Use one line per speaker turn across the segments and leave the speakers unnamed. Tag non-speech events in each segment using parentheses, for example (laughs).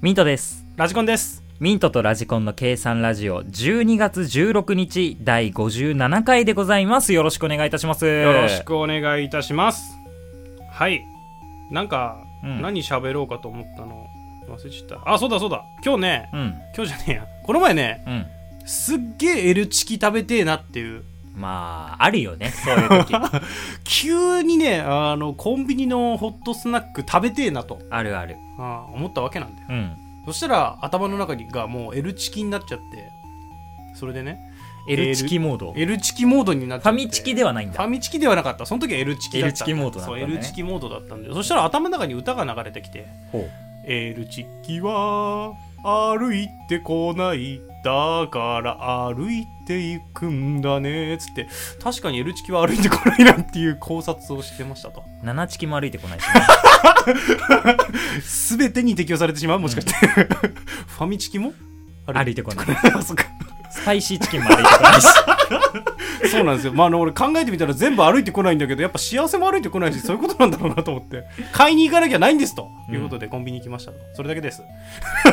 ミントです
ラジコンです
ミントとラジコンの計算ラジオ12月16日第57回でございますよろしくお願いいたします
よろしくお願いいたしますはいなんか、
うん
何喋ろうかと思ったの忘れちゃったあそうだそうだ今日ね
うん
今日じゃねえやこの前ね
うん
すっげえ L チキ食べてえなっていう
まああるよ (laughs) ねそういう時
急にねあのコンビニのホットスナック食べてえなと、
あるある
あー思ったわけなんだよ
うん
そしたら頭の中にがもう L チキになっちゃってそれでね
L チキモードフ
L チキモードになっちゃ
ァ
って
ミチキではないん
ファ
だ
ミチキではなかったその時は L チキだった
L チキモードだった
そ
ん
う
だね
L チキモードだったんでそしたら頭の中に歌が流れてきて
ほ
「L チキは歩いてこないだから歩いていくんだね」つって確かに L チキは歩いてこないなっていう考察をしてましたと
う7チキも歩いてこないしね
(laughs) 全てに適用されてしまうもしかして、ファミチキも
歩いてこない
(laughs) あそっか
スパイシーチキンも歩いてこないし
そうなんですよまああの俺考えてみたら全部歩いてこないんだけどやっぱ幸せも歩いてこないしそういうことなんだろうなと思って買いに行かなきゃないんですということでコンビニ行きましたとそれだけです
(laughs)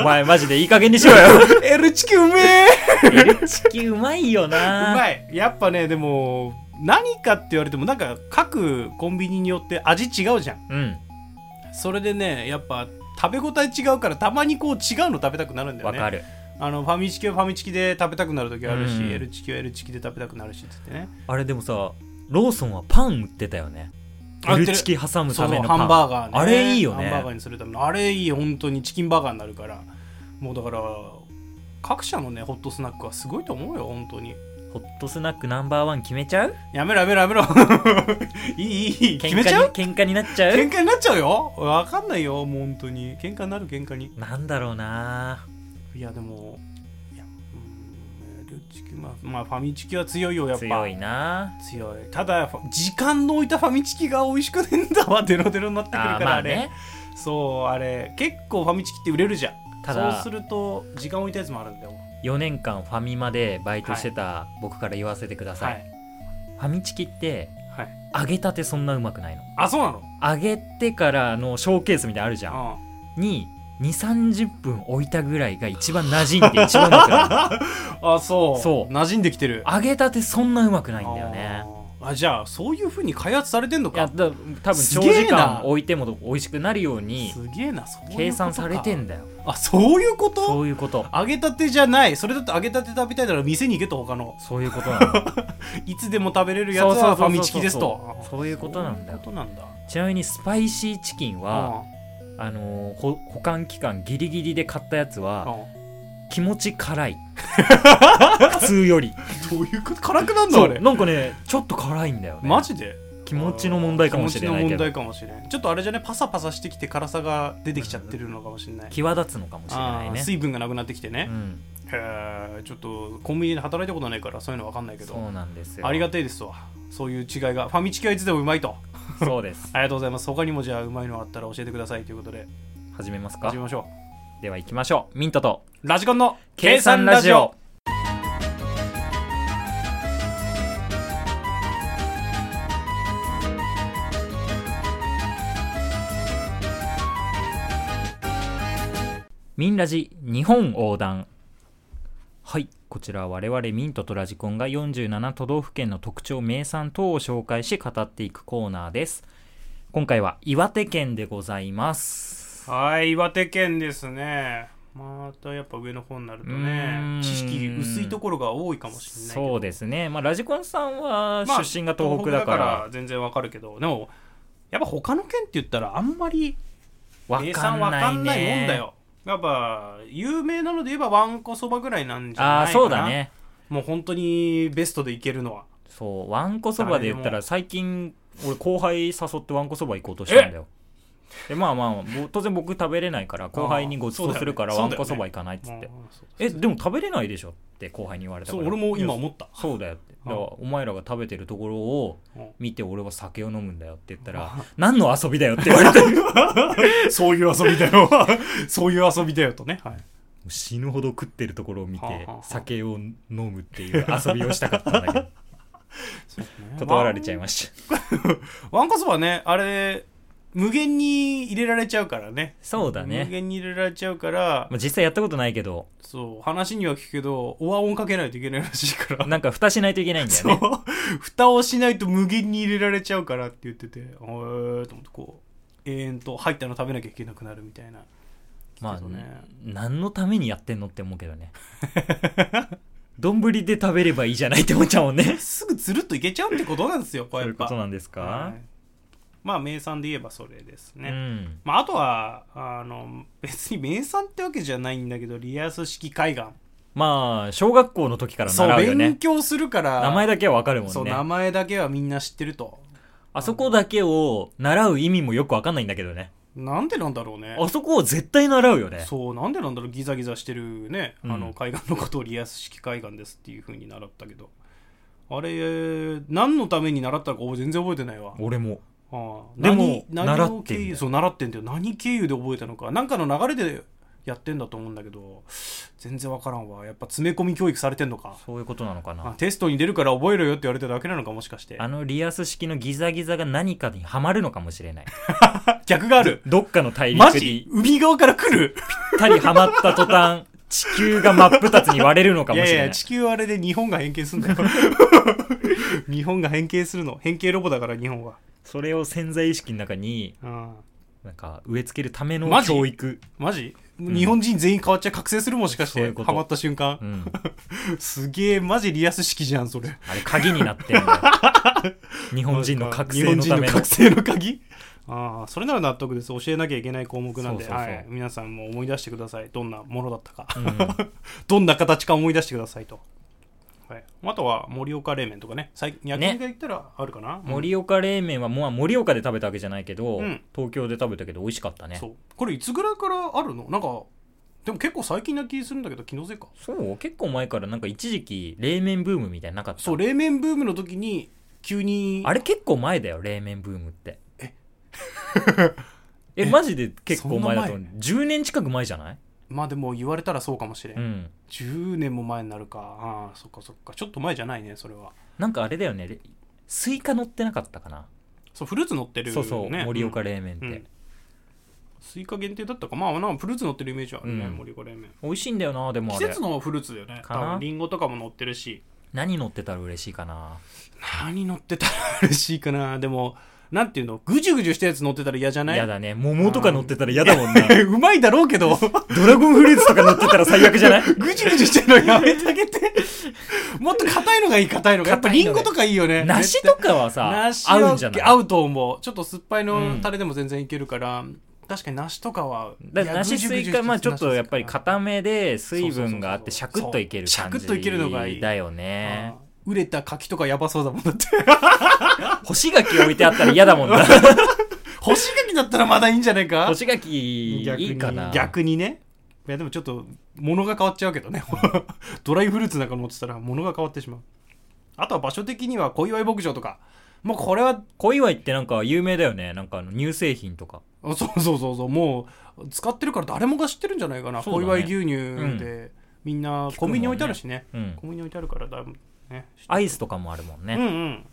お前マジでいい加減にしろよ
L チキうめ (laughs) え
L チキうまいよ
う
な
まいやっぱねでも何かって言われてもなんか各コンビニによって味違うじゃん
うん
それでねやっぱ食べ応え違うからたまにこう違うの食べたくなるんだよ
わ
ね
かる
あのファミチキはファミチキで食べたくなる時あるし、
うん
L チキは L チキで食べたくなるしっつってね
あれでもさローソンはパン売ってたよね
あ売って
L
る
チキ挟む
そ
た
う
めのパ
ハ
ン
ンバーガーね
あれいいよね
ハンバーガーにするためのあれいい本当にチキンバーガーになるからもうだから各社のねホットスナックはすごいと思うよ本当に
ホットスナックナンバーワン決めちゃう
やめろやめろやめろ (laughs) いいいいいい
喧
決
嘩に
めちゃう
喧嘩になっちゃう
喧嘩になっちゃうよわかんないよもう本当に喧嘩になる喧嘩に
なんだろうない
やでもいやうーんルチキまあ、まあ、ファミチキは強いよやっぱ
強いな
強いただファ時間の置いたファミチキが美味しくねえんだわデロデロになってくるから
あ
あ
ーまあ
れ
ね
そうあれ結構ファミチキって売れるじゃん
た
そう
だ
すると時間置いたやつもあるんだよ
4年間ファミマでバイトしてた僕から言わせてください、
い
ファミチキって
はい
揚げたてそんなうまくないの
あそうなの
揚げてからのショーケースみたいなのあるじゃん
あ
に2 3 0分置いたぐらいが一番馴染んで一番うまく (laughs) な
あそう
そう
馴染んできてる
い揚げたてそんなうまくないんだよね
あーあじゃあそういうふうに開発されてんの
いや
か
だ多分
す
長
げえな
時間置いても美味しくなるように
すげえなそういうことか
計算されてんだよ
あそういうこ
そ
と
ういうこと
揚げたてじゃないそれだと揚げたて食べたいなら店に行けと他の
そういうことなの
いつでも食べれる (laughs) やつ
そうそうそうそう
はファミチキですとあ
そういうことなんだよ
そういうことなんだ
ちなみにスパイシーチキンはあのーほ保管期間ギリギリで買ったやつ
うん
は
うん
気持ち
(laughs)
辛い普通より
どういうこと辛くなんの
そ
あ
う
れ
なんかねちょっと辛いんだよね
マジで
気持ちの問題かもしれない
気
け
持ちの問
ど
題かもしれんちょっとあれじゃねパサパサしてきて辛さが出てきちゃってるのかもしれない
際立つのかもしれな
あ
い
ー
ね
水分がなくなってきて
う
ね、
ん
へえちょっとコンビニで働いたことないからそういうの分かんないけど
そうなんですよ
ありが
と
てえですわそういう違いがファミチキはいつでもうまいと
うそうです
ありがとうございます他にもじゃあうまいのあったら教えてくださいということで
始めますか
始めましょ
では行きましょうミントと
うラジコンの
計算ラジオミンラジ日本横断はいこちらは我々ミントとラジコンが47都道府県の特徴名産等を紹介し語っていくコーナーです今回は岩手県でございます
はい岩手県ですねまたやっぱ上の方になると
うー
ね
ん
知識薄いところが多いかもしれないけど
そうですね、まあ、ラジコンさんは
まあ
出身が東北だから,、
全然わかるけどでもやっぱ他の県って言ったらあんまり
わ
名
か
産
ん
わ
な
か
い
んない
ね
もんだよやっぱ有名なので言えばわんこそばぐらいなんじゃ
あ
な
あ
いかな
そうだね
もう本当にベストでいけるのは
そうわんこそばで言った
誰で
ら
も
最近俺後輩誘ってわんこそば行こうとしたんだよでまあまあぼ当然僕食べれないから後輩にご馳
そう
走
だよ
す
ね
るから
そ
わ
う
ん
だ
こ
よね
そば行かないっつって、
うんそう
えでも食べれないでしょって後輩に言われた
そ
か
う
ら
俺も今
いや
思った
そうだよって
うん
だからお前らが食べてるところを
うん
見て俺は酒を飲むんだよって言ったら何の遊びだよって言われて
そういう遊びだよ (laughs) そういう遊びだよとね、はい、
死ぬほど食ってるところを見
はあは
て
あはあ
酒を飲むっていう遊びをしたかったんだけ
(laughs)
ど断られちゃいました
わんこそばねあれ無限に入れられちゃうからね
そうだ
無
ね、
限に入れられちゃうから
まあ、実際やったことないけ
(laughs)
ど
そう話には聞くけどお椀をかけないといけないらしいから
なんか蓋しないといけないんだよ
そう
ね
蓋をしないと無限に入れられちゃうからって言っててへえと思ってこう永遠と入ったの食べなきゃいけなくなるみたいな
まあ
そう
ね
ね
何のためにやってんのって思うけどね丼で食べればいいじゃないって思っちゃうもん
(laughs)
ね
すぐつるっといけちゃうってことなんですよ
そ
こ
う
れ
い
や
う
っ
こ
ぱ
となんですか、
はいまあ名産で言えばそれですね、
うん
まあ、あとはあの別に名産ってわけじゃないんだけどリアス式海岸
まあ小学校の時から
そう
習うよ
勉
ね
強するから
名前だけはわかるも
そ
ん
う
ね
名前だけはみんな知ってると
あそこだけを習う意味もよくわかんないんだけどね
なんでなんだろうね
あそこを絶対習うよね
そうなんでなんだろうギザギザしてるね、
うん
あの海岸のことをリアス式海岸ですっていう風に習ったけどあれ何のために習ったかお全然覚えてないわ
俺も
ああ
でも
何
習
何
っ
を
てんだ
経
よ
由そう習ってんだよ何経由で覚えたのか何かの流れでやってんだと思うんだけど全然わからんわやっぱ詰め込み教育されてんのか
そういうことなのか
あ
な
テストに出るから覚えろよって言われただけなのかもしかして
あのリアス式のギザギザが何かにはまるのかもしれない
逆がある
どっかの大陸
マ
に
ジ海側から来る
ぴったりはまった途端地球が真っ二つに割れるのか
い
もしれ
や
ない
いや地球はあれで日本が変形すん
(laughs)
だよ日本が変形するの変形ロボだから日本は、
それを潜在意識の中に
うん、
なんか植え付けるための
マジ
教育、
マジ、
ん
日本人全員変わっちゃ覚醒するもしかし
そうい
て
うこと
ハマった瞬間
う、ん、
すげえマジリアス式じゃんそれ
あれ鍵になってんだよ
(laughs)
日本人の覚醒のた
日本
め
人の
の
覚醒の鍵ああそれなら納得です教えなきゃいけない項目なんで
そうそうそう
はい、皆さんも思い出してくださいどんなものだったか
うん
どんな形か思い出してくださいと、はい、あとは盛岡冷麺とかね最近焼き肉屋行ったらあるかな、
盛岡冷麺はもう盛岡で食べたわけじゃないけど、
うん
東京で食べたけど美味しかったね
そうこれいつぐらいからあるのなんかでも結構最近な気するんだけど気のせいか
そう結構前からなんか一時期冷麺ブームみたいなのなかった
そう冷麺ブームの時に急に
あれ結構前だよ冷麺ブームって (laughs) えマジで結構前だと思う10年近く前じゃない
まあでも言われたらそうかもしれん、
うん
10年も前になるかああそっかそっかちょっと前じゃないねそれは
なんかあれだよねれスイカ乗ってなかったかな、
そうフルーツ乗ってる、ね、
そうそう盛岡
冷
冷麺って、
うんスイカ限定だったかまあなんかフルーツ乗ってるイメージはあるね、
うん
盛岡冷麺
美味しいんだよなでも
季
あれ
節のフルーツだよね
か
多
な
分リンゴとかも乗ってるし
何乗ってたら嬉しいかな
何乗ってたら嬉しいかなでもなんていうのぐじゅぐじゅしたやつ乗ってたら嫌じゃない
嫌だね桃とか乗ってたら嫌だもんな
(laughs) うまいだろうけ
(laughs)
ど
ドラゴンフルーツとか乗ってたら最悪じ
(laughs)
ゃない
ぐちぐちしてるのやめてあげて。もっと硬いのがいい、硬いのが。やっぱリンゴとかいいよね。
梨とかはさ
梨は
合うんじゃない
合うと思う。ちょっと酸っぱい
うん
のタレでも全然いけるから、確かに梨とかは。
だから梨スイカまあちょっとやっぱり固
め
めで水分があってシ
そう
ャ
そう
ク
そう
ッといける
そう
感じ
シャクッといけるのがいい
だよね
売れた柿とかやばそうだもんだって。
干し柿置いてあったら嫌だも
(laughs)
んな
干し柿だったらまだいいんじゃないか
干し柿いいかな
逆にね。いやでもちょっと物が変わっちゃうけどね (laughs) ドライフルーツなんか持ってたら物が変わってしまうあとは場所的には小祝牧場とかもうこれは
小祝ってなんか有名だよねなんかあの乳製品とか
あそうそうそうそうもう使ってるから誰もが知ってるんじゃないかな、
そ
小
うだ
祝
ね
牛乳で、
ん
みんなコンビニ置いてあるしね
うん
コンビニ置いてあるからだいぶね
アイスとかもあるもん
うん
ね
うん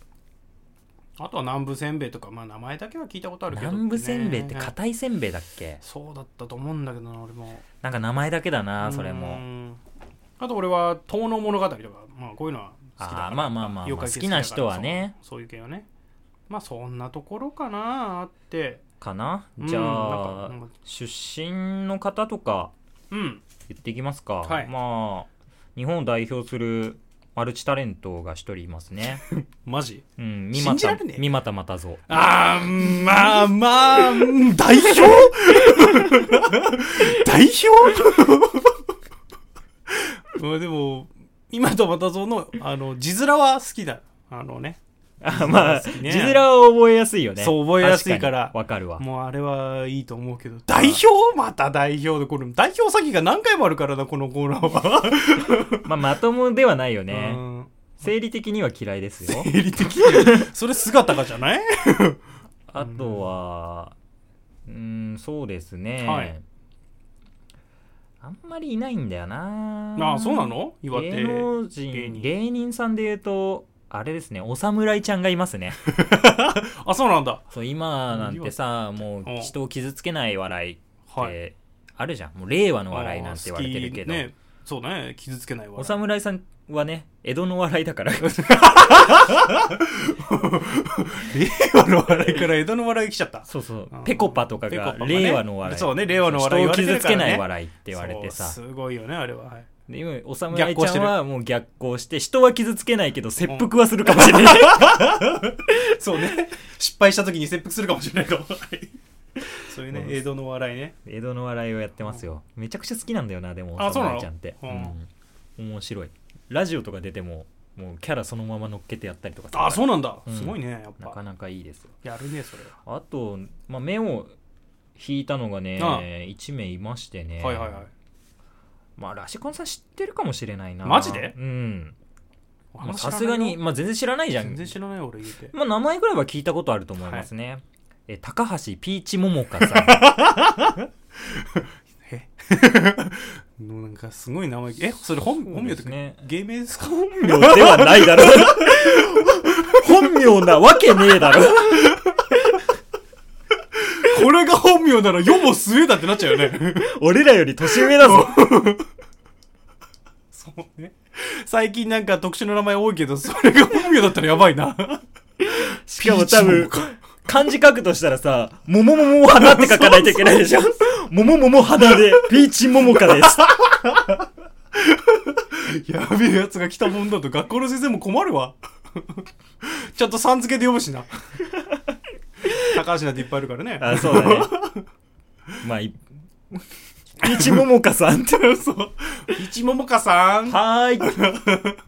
あとは南部せんべいとかまあ名前だけは聞いたことあるけど、
南部せんべいって
ね
硬いせんべいだっけ
そうだったと思うんだけどな俺も
なんか名前だけだなそれ
う
も
んあと俺は「遠野物語」とか、まあ、こういうのは好きだから
あーまあまあまあまあ
妖怪
好
系
きな人はね
そうそういう系はねまあそんなところかなあって
かな
うん
じゃ
な
あ
んか
出身の方とか
うん
言っていきますか、
はい
まあ日本を代表するマルチタレントが一人いますね、
マジ
うん、三
信じら
股
れねえ
三股又蔵
あー、まあまあ、うん代表 (laughs) 代表まあでも、今とまたその、あの、字面は好きだ。あのね。
あ (laughs) まあ
好
字
きね
面を覚えやすいよね
そう覚えやすいから
確にわかるわ
もうあれはいいと思うけど、代表また代表で、これ、代表詐欺が何回もあるからな、このコーナーは。
まあまともではないよ
う
ね
ん
生理的には嫌いですよ
生理的にそれ姿がじゃない
あとはうんそうですね、
はい
あんまりいないんだよな
ああ、そうなの岩手。
芸能
芸
人
人
芸人さんで言うとあれですねお侍ちゃんがいます
(laughs)
ね
あそうなんだ
そう今なんてさもう
うん
人を傷つけない笑いっ
はい
てあるじゃんもう令和の笑いなんて言われてるけど、
あー好きねそうね傷つけない
お
笑
侍さんはね江戸の笑いだ
(laughs)
から
い令和の笑いから江戸の笑い来ちゃった
そうそう
うん
ペコパとか
ペコパ
が
がね
令和の笑い
そうね令和の笑い
人を傷
言われてる
つ
からね
けない笑いって言われてさ
そうすごいよねあれは、はい
で今お侍
逆行し
ち
て
ゃん
る
はもう逆行して人は傷つけないけど切腹はするかもしれない、
そうね失敗した時に切腹するかもしれないかもはいそういうね
うん
江戸の笑いね
(laughs) 江戸の笑いをやってますよめちゃくちゃ好きなんだよなでも
あそうなの
ちゃんって、
う
うん面白いラジオとか出てももうキャラそのまま乗っけてやったりとか
あそうなんだ、
うん
すごいねやっ
なか
ぱ
なかいいですよ
やるねそれは
あと、まあ、目を引いたのがね
ああ
1名いましてね
はいはいはい
まあラシコンさん知ってるかもしれないな
マジで
うん
あん
まあ
ま知ら
さ
ないよ
すがに、まあ、全然知らないじゃん
全然知らない俺言うて
まあ、名前ぐらいは聞いたことあると思いますね、え高橋ピーチ桃香さ
(laughs) えのなんかすごい名前えそれ (laughs) 本
ん
本名とか、
ね
芸名ですか
本名ではないだろ本名なわけねえだろ
(laughs) これが本名なら世も末だってなっちゃうよね
俺らより年上だぞ
(laughs) そうね最近なんか特殊な名前多いけどそれが本名だったらやばいな
しかも多
ピー
分
チ
漢字書くとしたらさ「もももも花」って書かないといけないで
(laughs)
しょ「もももも花」で「ピーチ桃香」です
やべえやつが来たもんだと学校の先生も困るわちゃんとさん付けで呼ぶしな高橋なんていっぱいいるからね
あそう
(laughs)
だねまあいピーチ桃香さんって
そう。一桃香さん。
はー (laughs) い。ちょっと
話を聞いて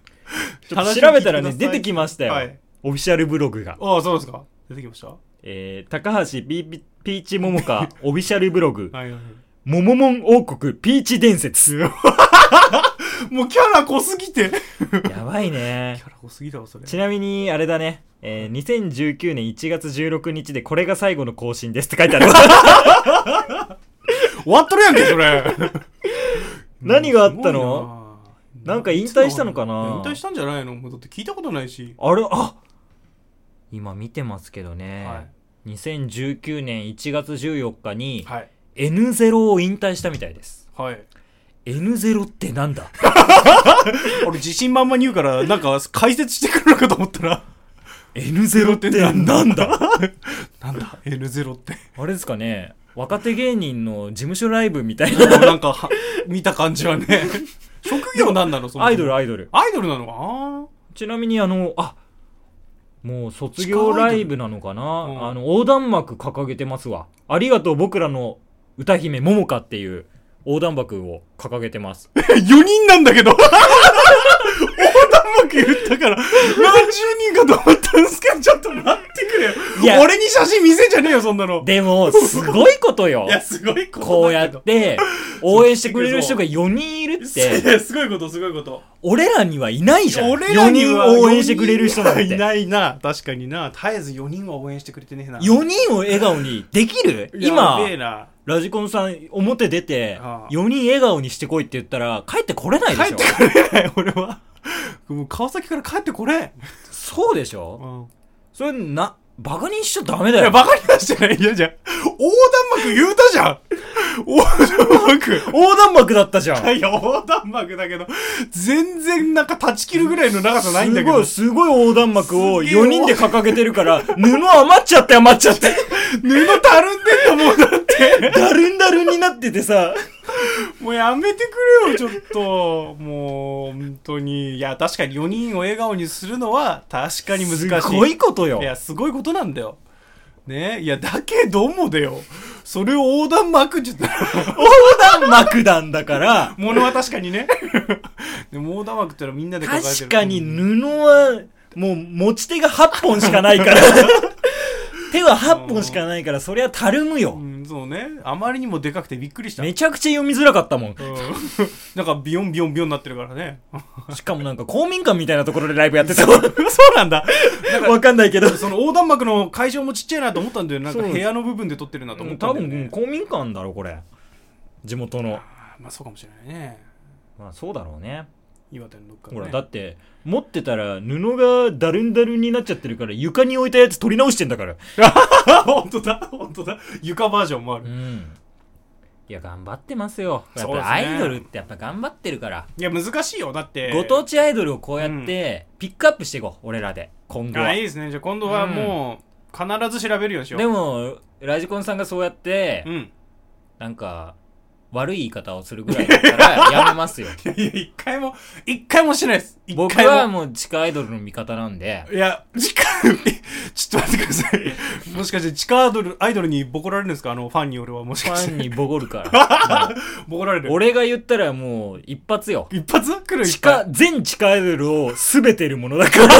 ください
調べたらね、出てきましたよ。
はい
オフィシャルブログが。
ああ、そうですか。出てきました。は
えー、高橋ピーピピーチ桃
(laughs)
香オフィシャルブログ、
いはいは
モモモン王国ピーチ伝
(laughs)
説。
い。もうキャラ濃すぎて。
やばいね
キ。ャラ濃すぎだわ、それ。
ちなみに、あれだね。えー、2019年1月16日でこれが最後の更新ですって書い
(laughs)
てある。
終わっとるやんけ、それ。
(laughs) 何があったの
すごい
なんか引退したのかない
や引退したんじゃないのもうだって聞いたことないし。
あれ、あ今見てますけどね。
はい
2019年1月14日に
はい。
N0 を引退したみたいです。
はい。
N0 ってなんだ
俺自信満々に言うから、なんか解説してくるのかと思ったら。
N0 ってなんだ
なんだ ?N0 って。
(laughs)
(laughs)
あれですかね若手芸人の事務所ライブみたい
で
な
もなんかは、見た感じはね。 (laughs) 職業なんなのその
アイドルアイドル
アイドルなのか
ちなみにあのあもう卒業ライブなのかな、
うん
あの横断幕掲げてますわありがとう僕らの歌姫桃花っていう横断幕を掲げて
(laughs)
ます
な ?4 人なんだけどうまく言ったから、何十人かと思ったんですけど、ちょっと待ってくれよ。
いや
俺に写真見せんじゃねえよ、そんなの。
でもすごいことよ
いや、すごいことだけど。
こうやって応援してくれる人が4人いるっ
い
て
や、すごいこと、すごいこと。
俺らにはいないじゃん
俺らには
4人応援してくれる人なんて
四人はいないな。確かにな。絶えず4人は応援してくれてねえな。
4人を笑顔にできる今
やべえな。
ラジコンさん表出て
ああ
4人笑顔にしてこいって言ったら帰ってこれないでし
帰
ょ
ってこれない、俺は。もう川崎から帰ってこれ。
そうでし
う
ょ
ん。
それなバカにしちゃダメだ
いや、
よ
バカにはしてない。いや、じゃあ横断幕言うたじゃん。横断幕。
横断幕だったじゃん
いや、横断幕だけど、全然なんか断ち切るぐらいの長さないんだ
す
け
ご
ど
い、。すごい横断幕を
すげえ
4人で掲げてるから、布余っちゃって余っちゃ
(laughs)
って、
布たるんでんだもんだって。
だるんだるんになっててさ、
もうやめてくれよ、ちょっと。もう、本当に。いや、確かに4人を笑顔にするのは、確かに難しい。
すごいことよ
い。や、すごいことなんだよ。ねいや、だけどもだよ。それを横断幕って言ったら、
横断幕なんだから、
(laughs) ものは確かにね。でも横断幕ってのはみんなで抱えてる。
確かに
うん
布は、もう持ち手が8本しかない
(laughs)
から、手は8本しかないから、そりゃたるむよ。
うん、そうね。あまりにもでかくてびっくりした。
めちゃくちゃ読みづらかったもん。 (laughs)
うんなんかビヨンビヨンビヨンになってるからね。
しかもなんか公民館みたいなところでライブやってた (laughs) わ。
そうなんだ。なんか
わかんないけど。
その横断幕の会場もちっちゃいなと思ったんだよ。なんか
そう
部屋の部分で撮ってるなと思った
多
んだよ、ね
分。公民館だろ、これ。地元の。
あーまあそうかもしれないね。
まあそうだろうね。
岩手のどっか
ほ
の
ら、
ね
だって、持ってたら布がだるんだるんになっちゃってるから、床に置いたやつ取り直してんだから。
あ (laughs) 本当だ本当だ床バージョンもある、
うん。いや、頑張ってますよ。やっ
そうで
ぱ
すね
アイドルってやっぱ頑張ってるから。
いや難しいよだって
ご当地アイドルをこうやって、ピックアップしていこう、俺らで。今後は
あいい。ですねじゃあ今度はもう、必ず調べるようにしよう
でも、ラジコンさんがそうやって、
うん
なんか、悪い言い方をするぐらいだったら、やめます (laughs) よ。
いやいや一回も一回もしないです一回も
僕はもう地下アイドルの味方なんで、 (laughs)
いや、地下、ちょっと待ってください。もしかして地下アイドル、アイドルにボコられるんですかあの、ファンに俺はもし
フ
かし
ァ
て。
ンにボコるから。
ボコられ
もう
る。
(laughs) 俺が言ったらもう、一発よ。
一発来る
地
一発
下、全地下アイドルを全ているものだ (laughs) から。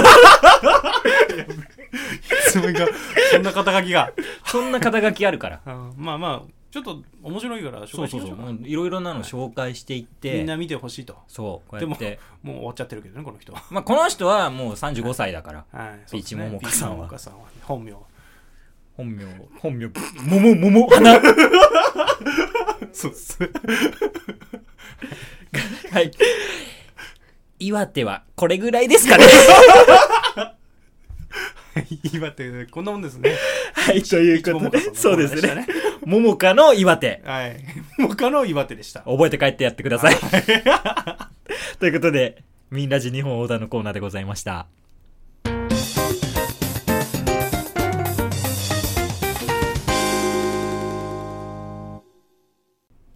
すごいが、そんな肩書
(laughs)
きが。
そんな肩書きある (laughs) から。
あまあまあ、ちょっと面白いから紹
そう
介し
そう
ま
そ
しょう
う。
か
もういろいろなの紹介していって、
みんな見てほしいと。
そう、こうやっ
で
て。
もう終わっちゃってるけどね、この人は。
まあ、この人はもう35歳だから。
はい。
ピーチモモカさんは
ピーチモモカさんは。本名。
本名、本名、桃、桃、花。
そうっ (laughs) す。
(laughs) はい。岩手はこれぐらいです (laughs) かね。
岩手で、こんなもんですね。
(laughs) はい、ということ
ピーチモモカさん
で、
の
そうです
コーナー
ね
で。
桃花の岩手。
はい。
(laughs)
他の岩手でした。
覚えて帰ってやってください。 (laughs) ということで、ミンラジ日本横断のコーナーでございました。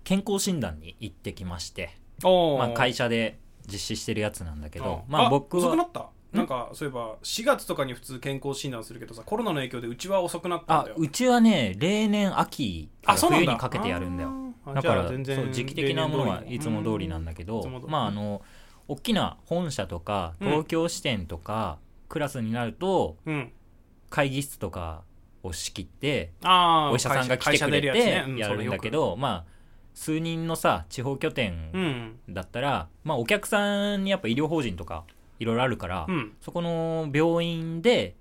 健康診断に行ってきまして、
お
まあ、会社で実施してるやつなんだけど、
うん
まあ僕
遅くな
は、
ったなんかそういえば4月とかに普通健康診断するけどさコロナの影響でうちは遅くなったん
あ
だよ、
うちはね、例年秋から冬にかけてやるんだよ。
あー
だ
じ
か
ゃあ
ら
全
そう
然
時期的なものはいつも通りなんだけ
うんいつも
ど
通り
まああの大きな本社とか
うん
東京支店とかクラスになると
うん
会議室とかを仕切って
あー
お医者さんが来
会
て
社
く
会社
れ
でやる
て
やつねう
やるんだけどまあ数人のさ地方拠
う
点
ん
だったらまあお客さんにやっぱ医療法人とかいろいろあるから
うん
そこの病院で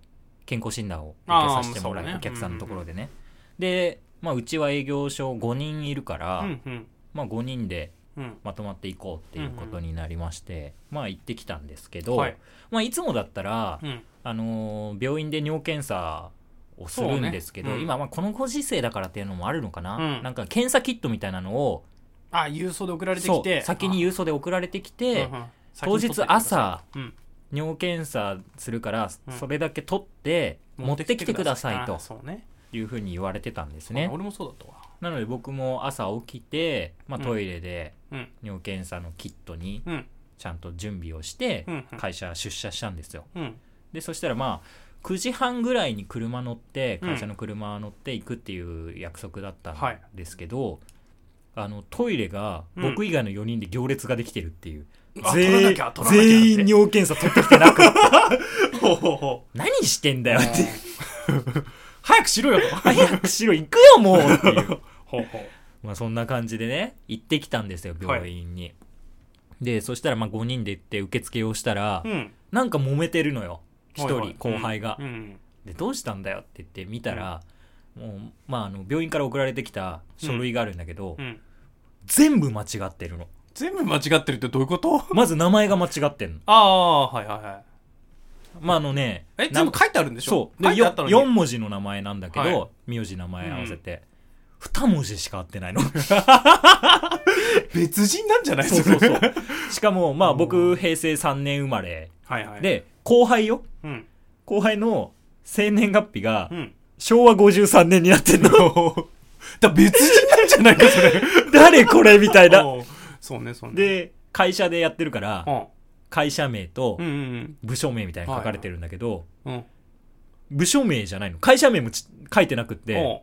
健康診断を受けさせてもらう
あーそうね
お客さんのところでねでまあうちは営業所5人いるから、
うんうん
まあ、5人で
うん
まとまっていこうっていうことになりまして、まあ行ってきたんですけ
うん
ど、
はいい
まあ、いつもだったら、
うん
あのー病院で尿検査をするんですけど、
そうねうん
今まあこのご時世だからっていうのもあるのかな、
うん
なんか検査キットみたいなのを
あ郵送で送られて
そ
き
う
て
先に郵送で送られてきて、
うんうん
当日朝
うん
尿検査するから、
うん
それだけ取って持ってきてください
あ
と
ーそうね
いうふうに言われてたんです
ね
ね
俺もそうだったわ
なので僕も朝起きて、まあ、
うん
トイレで
うん
尿検査のキットに
うん
ちゃんと準備をして
うんうん
会社出社したんですよ (laughs)
うん
でそしたらまあ9時半ぐらいに車乗って
うん
会社の車乗って行くっていう約束だったん
はい
ですけど、あのトイレが
うん
僕以外の4人で行列ができてるっていう、全
あ取ら
員
なきゃ取らなきゃって
全員尿検査取ってきてな
(laughs)
く
ほうほうほう
何してんだよって
(laughs) 早くしろよと
早くしろ行くよもうっていう
(laughs) ほうほう
まあそんな感じでね、行ってきたんですよ、病院に。で、そしたらまあ5人で行って受付をしたら、
うん
なんか揉めてるのよ。一
はいは
人
い、
後輩が
う。ん
で、どうしたんだよって言って見たら、もう、まああの、病院から送られてきた書類があるんだけど、
うんうん
全部間違ってるの。
全部間違ってるってどういうこと
まず名前が間違ってんの。
ああ、はいはいは
まああのね、
い。え、
な
全
ん
部書いてあるんでしょ
そう。
書
で、
いてあったのに。
4文字の名前なんだけ
はい
ど、名字名前合わせて、2文字しか合ってないの。
別人なんじゃ
(laughs)
ない
そうそうそう
(laughs) れ。
しかも、まあ
う
僕、平成3年生まれ。
はいはい。、
で、後輩よ。
うん。
後輩の生年月日が
うん。
昭和53年になってんの
(laughs)
(laughs)
だ別人なんじゃないか、それ。
誰これみたいな
おうそうね、そうね。、
で会社でやってるから
うん。
会社名と
うんうん
部署名みたいに書かれてるんだけど
うん。うん。
部署名じゃないの会社名もち書いてなくって
お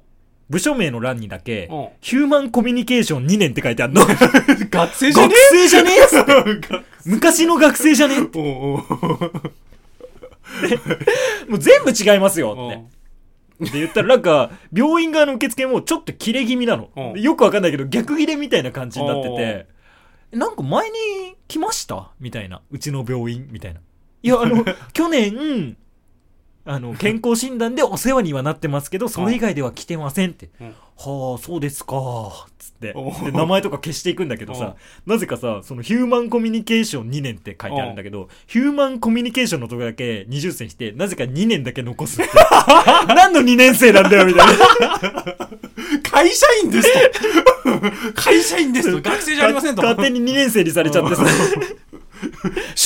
部署名の欄にだけ
おう
ヒューマンコミュニケーション2年って書いて
(laughs)
あるの学
う学生じゃね
生じゃねえっつって
え (laughs)
昔の学生じゃね
おうおう
えもう全部違いますよ
お
っ
う
てって言ったらなんか病院側の受付もちょっと切れ気味なの
うん
よくわかんないけど逆切れみたいな感じになって
お
てなんか前に来ましたみたいなうちの病院みたいないやあ
(laughs)
の去年あの健康診断でお世話にはなってますけどそれ以外では来てませんって
うん
はあそうですかつって
おう
で名前とか消していくんだけどさなぜかさそのヒューマンコミュニケーション2年って書いてあるんだけどヒューマンコミュニケーションのとこだけ20選してなぜか2年だけ残すって (laughs) 何の2年生なんだよみたいな
会社員です
(laughs)
と会社員ですと学生じゃありませんと
勝手に2年生にされちゃって (laughs) さ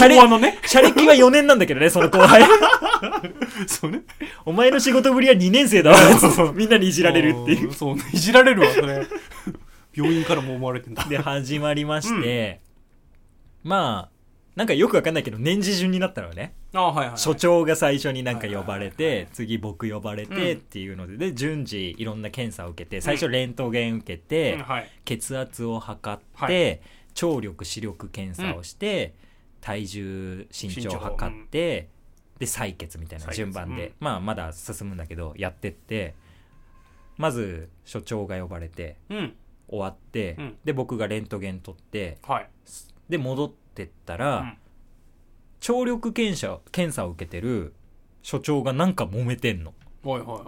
昭和のね
社歴は4年なんだけどねその後輩
そうね
お前の仕事ぶりは2年生だわつって (laughs) みんなにいじられるっていう
うんそうねいじられるわそれ病院からも思われてんだ
で始まりまして、まあなんかよくわかんないけど年次順になったのよね、
あはいはい
所長が最初になんか呼ばれて、
はいはいはいはい
次僕呼ばれて
うん
っていうのでで順次いろんな検査を受けて最初レントゲン受けて、
うんはい
血圧を測って、
は
聴力視力検査をして、体重身長を測って、で採血みたいな
採血
順番で、
うん
まあまだ進むんだけどやってってまず所長が呼ばれて
うん
終わって、
うん
で僕がレントゲン取って
はい
で戻ってったら、
うん
聴力検査検査を受けてる所長がなんか揉めてんの。
はいはいはい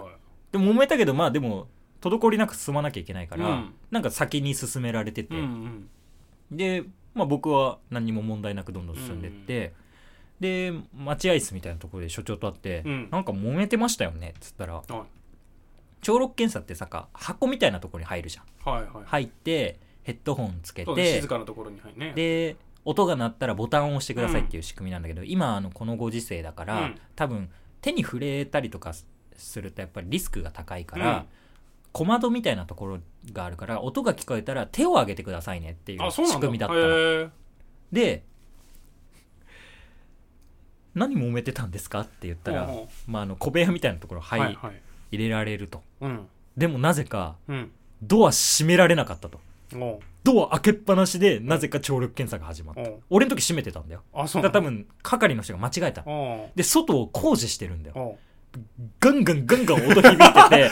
で揉めたけどまあでも滞りなく進まなきゃいけないから、
うん
なんか先に進められてて、
うんうん
で、まあ、僕は何にも問題なくどんどん進んでって、で待合室みたいなところで所長と会って、
うん
なんか揉めてましたよねっつったら
は
聴力検査ってさか箱みたいなところに入るじゃん
いはいはい
入ってヘッドホンつけ
そうね
て
静かなところにはいね
で音が鳴ったらボタンを押してくださいっていう仕組みなんだけど、今あのこのご時世だから、
うん
多分手に触れたりとかするとやっぱりリスクが高いか
う
ら
ん、
小窓みたいなところがあるから音が聞こえたら手を挙げてくださいねっていう
あそうな
仕
んだ
組みだった
へ
の
ー
で何揉めてたんですかって言ったら、
ほうほ
まあ、あの小部屋みたいなところ
は
入,、
いはい
入れられると
うん
でもなぜか
うん
ドア閉められなかったと
おう
ドア開けっぱなしでなぜか聴力検査が始まった、
おう
俺の時閉めてたんだよ
あそ
だ
う
か
な
ら
んだ
多分係の人が間違えた
おう
で外を工事してるんだよ
おう
ガンガンガンガン音響いて
(laughs)
て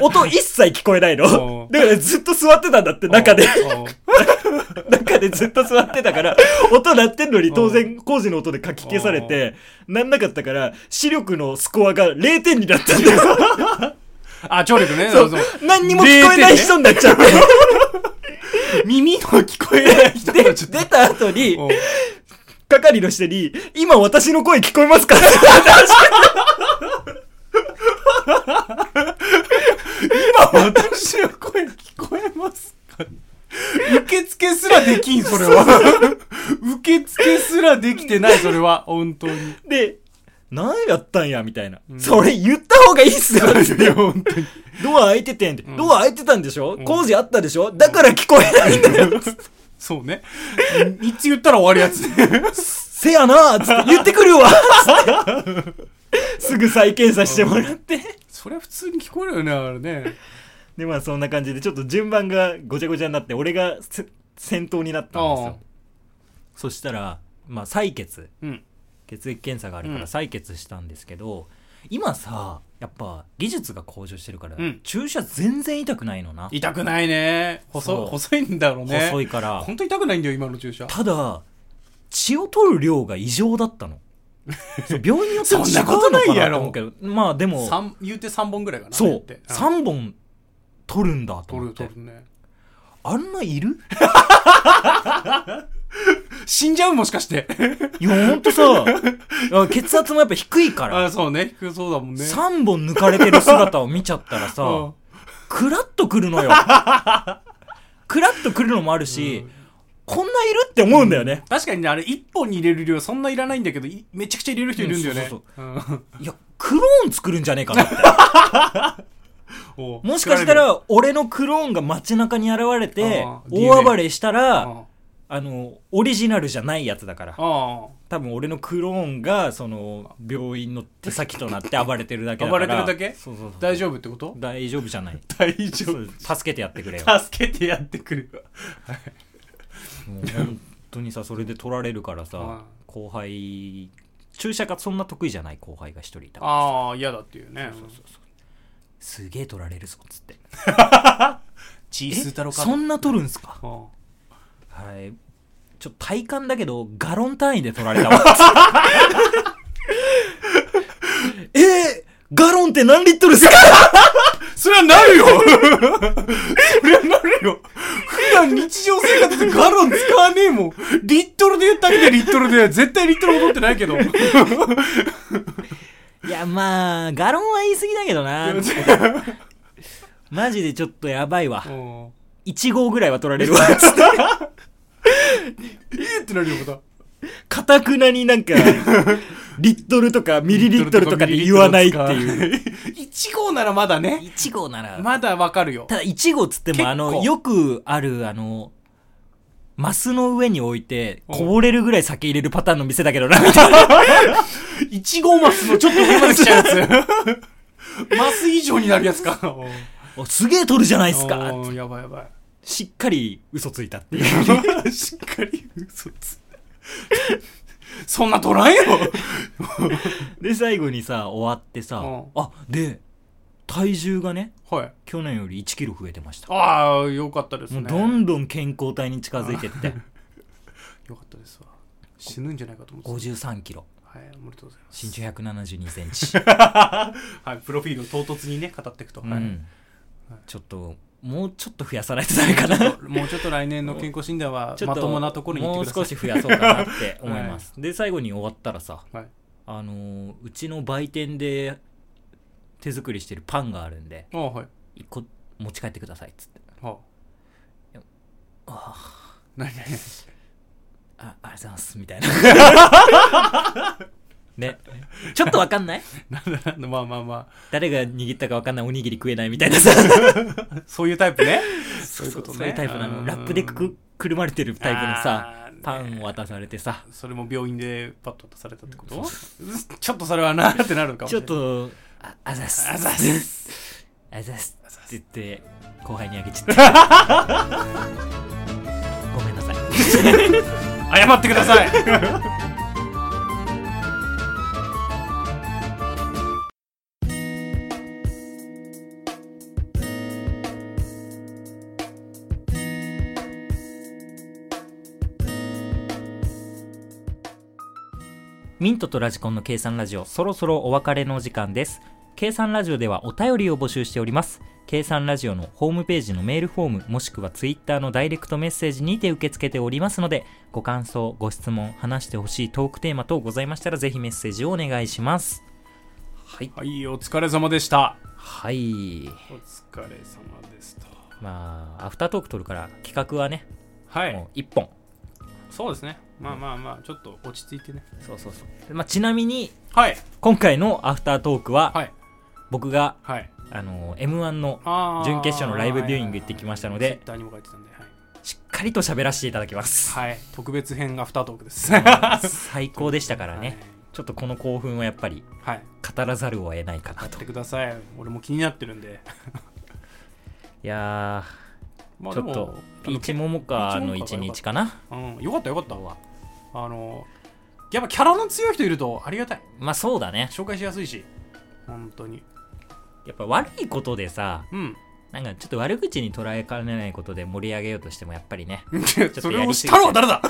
音一切聞こえないのだ
おう
からずっと座ってたんだって (laughs) 中で (laughs)
おう
中でずっと座ってた
(laughs)
から、音鳴ってんのに当然工事の音でかき消されて、なんなかったから、視力のスコアが0点になったんだよ。
あ聴力ね
そ
そう
う。何にも聞こえない人になっちゃって。
耳の聞こえない人
で、
たち
出た後に、
おう
係の人に、今私の声聞こえますか (laughs) って
私の声聞こえますか受付すらできん、それ (laughs) は。受付すらできてない、それは。本当に。
で、何やったんや、みたいな。
うん
それ言った方がいいっ
(laughs)
すよ。
本当に。
ドア開いててんって。
ん
ドア開いてたんでしょ
ん
工事あったでしょだから聞こえないんだよ。
そうね。三つ言ったら終わるやつね。
せやなーっつって言ってくるわーっつってすぐ再検査してもらって。
(laughs) それは普通に聞こえるよね、あれね。
でまあそんな感じでちょっと順番がごちゃごちゃになって俺がせ先頭になったんです
ああ
よそしたら、まあ、採血
うん。
血液検査があるか
うん
ら採血したんですけど、今さやっぱ技術が向上してるから、
うん
注射全然痛くないのな、
痛くないね。
そ
細、
う
細いんだろうね。
細いから
本当痛くないんだよ、今の注射。
ただ血を取る量が異常だったのそう病院によっても違
(laughs) そん
う
なこと
の
ない
か
や
なと
ろ
思うけどまあでも
三、言うて3本ぐらいかな。
そ
言っ
う
てん
3本取るんだと
取る
思
よ、
って
取るね。
あんないる (laughs)
死んじゃう、もしかして。
いやほんと
(laughs)
さいや血圧もやっぱ低いから
あ、そうね。低そうだもんね。
3本抜かれてる姿を見ちゃったらさ、
(laughs) うん
クラッとくるのよ。 (laughs) クラッとくるのもあるし、こんないるって思うんだよね。
確かにね、あれ、一本に入れる量そんないらないんだけど、いめちゃくちゃ入れる人いるんだよ
うん
ね
そう。
うん
いや、クローン作るんじゃねえかなって。
おう
もしかしたら、俺のクローンが街中に現れて
あ、ー
大暴れした
作られる
ら、
うん
あの、オリジナルじゃないやつだから。
あ
多分俺のクローンが、その、病院の手先となって暴れてるだけだ
あ、暴
から。
れてるだけ
そうそうそう
大丈夫ってこと
大丈夫じゃない。
(laughs) 大丈
そう助けてやってくれ
(laughs)
よ。
夫。助けてやってくれる。
もう本当にさそれで取られるから
は
さ後輩注射がそんな得意じゃない後輩が一人いた
ああ、嫌だっていうね。
すげえ取られるぞっつって
チ
え
ースー太郎か。
そんな取るんすか
うん
はいちょっと体感だけどガロン単位で取られたわ (laughs) えー、ガロンって何リットルっすか
そりゃなるよそりゃなるよ普段日常生活でガロン使わねえもんリットルで言ったけどリットルで絶対リットル戻ってないけど
いや、まあ、ガロンは言い過ぎだけどな。マジでちょっとやばいわ。
(laughs) うん
1号ぐらいは取られる
(laughs)
わ。つって
えーってなるよまた
かたくなになんか、リットルとかミリリットルとかで言わないっていう。
う。1号ならまだね。
1号なら、
まだわかるよ。
ただ1号つって
結
も、
構
あの、よくある、あの、マスの上に置いて、こぼれるぐらい酒入れるパターンの店だけどな、みたいな。
(laughs) 1号マスのちょっと上まで来ちゃうやつ。マス以上になるやつか。
おすげえ取るじゃないですか。
うんやばいやば
しっかり嘘ついたって
(laughs)
いう。
い。しっかり嘘つ。そんな取らんよ。
で、最後にさ、終わってさ
うん、
あ、で、体重がね、
はい。
去年より1キロ増えてました。
ああ、よかったです
も
ね。
うどんどん健康体に近づいて
(laughs)
って、
よかったですわ。死ぬんじゃないかと思って
53キロ、
た。はい、おめでとうございます。
身長172センチ。
(laughs) はい、プロフィールを唐突にね、語っていくと。
う
はい
んちょっと、もうちょっと増やさないとダメかな。
もうちょっと来年の健康診断は
ちょ
ま
っと
ともなところに行
(laughs) も
っ
う
てく
少
ださ
し
い。
増やそうかなって思います。で、最後に終わったらさ、
はい。
あのーうちの売店で手作りしてるパンがあるんで、
ああ、はい。
一個持ち帰ってくださいっつって。
は
あ
何何
あ、あありがとうございます、みたいな。 (laughs) ね。ちょっとわかんない
何なんだなんだまあまあま
誰が握ったかわかんないおにぎり食えないみたいなさ。
あそういうタイプねそういうことね
そういうタイプな
う
の。
ん
ラップでくくくるまれてる (laughs) タイプの
あ
さ
ーね、
パンを渡されてさ、
それも病院でパッと出されたってこと (laughs) ちょっとそれはなーってなるかもし
ちょ
れ
っ
ない
と、ああざっす。
あざっ
す。 (laughs) あざっす。
あざっす
って言って、後輩にあげちゃった。 (laughs) ごめんなさい。
謝ってください
ミントとラジコンの計算ラジオ、そろそろお別れのお時間です。計算ラジオではお便りを募集しております。計算ラジオのホームページのメールフォーム、もしくはツイッターのダイレクトメッセージにて受け付けておりますので、ご感想、ご質問、話してほしいトークテーマ等ございましたら、ぜひメッセージをお願いします。はい。
はいお疲れ様でした
はい。
お疲れ様ですと
まあ、アフタートーク撮るから、企画はね、
は
もう
い
一本。
そうですねまあまあまあちょっと落ち着いてね
そうそうそう。まあ、ちなみに、
はい
今回のアフタートークは、
はい
僕が、
はい
あの、M1 の
あー
準決勝のライブビューイング行ってきましたので
はいはいはいツイッターにも書いてたんでは
しっかりと喋らせていただきます。
い、はい、特別編アフタートーク
(laughs)
です
最高でしたからね。ちょっとこの興奮はやっぱり
はい、はい、
語らざるを得ないかな
やっ
と。
て
い
ください俺も気になってるんで
や
ま
ー、
あ
ち
で
ょ
も
っと、ピ
あの
ーチモモカの一日かな。
うん、よかったよかったわあのやっぱキャラの強い人いるとありがたい
まあそうだね。
紹介しやすいし本当に
やっぱ悪いことでさ、
うん
なんかちょっと悪口に捉えかねないことで盛り上げようとしてもやっぱりね、
それをしたのは
(laughs)
誰だ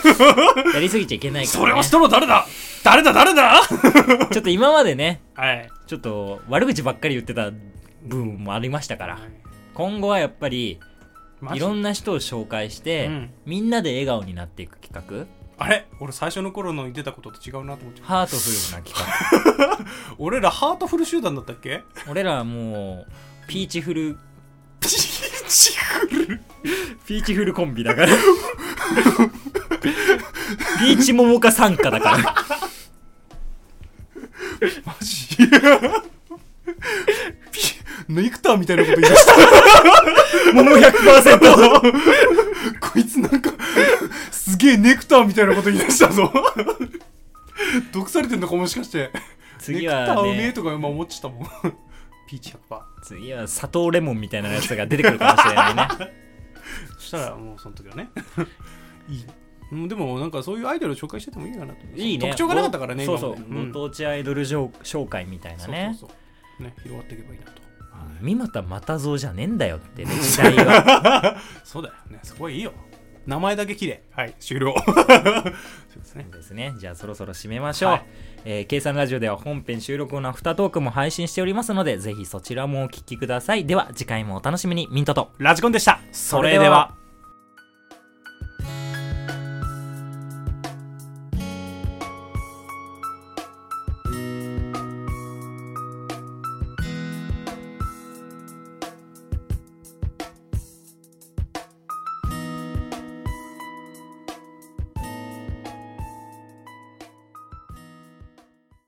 やりすぎちゃいけないか (laughs)
それ
ら、
を
ね。
したのは誰だ誰だ誰だ
ちょっと今までね、
はい
ちょっと悪口ばっかり言ってた部分もありましたから、今後はやっぱり、いろん
な
な人を紹介して、
うん
みんなで笑顔になっていく企画
あれ俺最初の頃の言ってたことと違うなと思っちゃ
ハートフルな企画
う俺らハートフル集団だったっけ (laughs)
俺らはもうピーチフル
ピーチフル
ピーチフルコンビだからピーチ桃か参加だから
マ
(laughs)
ジ (laughs) ピネクターみたいなこと言いました
桃100%
(laughs) こいつなんかすげえネクターみたいなこと言い出したぞ毒されてんのかもしかして
次
ネクタ
は
ーうめえ
ね
とか今思っちゃったもんピーチ100%
次は砂糖レモンみたいなやつが出てくるかもしれないね
そしたらもうその時はね (laughs) いいうんでもなんかそういうアイドルを紹介しててもいいかなと
いいね
特徴がなかったからね
そう
今
そう、
までん
ご当地アイドル紹紹介みたいなね
そうそうそうね広がっていけばいいなと
三股又蔵じゃねえんだよってね時代は
そうだよねそこはいいよ名前だけ綺麗 (laughs) はい終了そうですね
そうですね。 (laughs) じゃあそろそろ締めましょう。
はい
えー、計算ラジオでは本編収録後のアフタートークも配信しておりますので、ぜひそちらもお聞きください。では次回もお楽しみに、ミントと。
ラジコンでした
それでは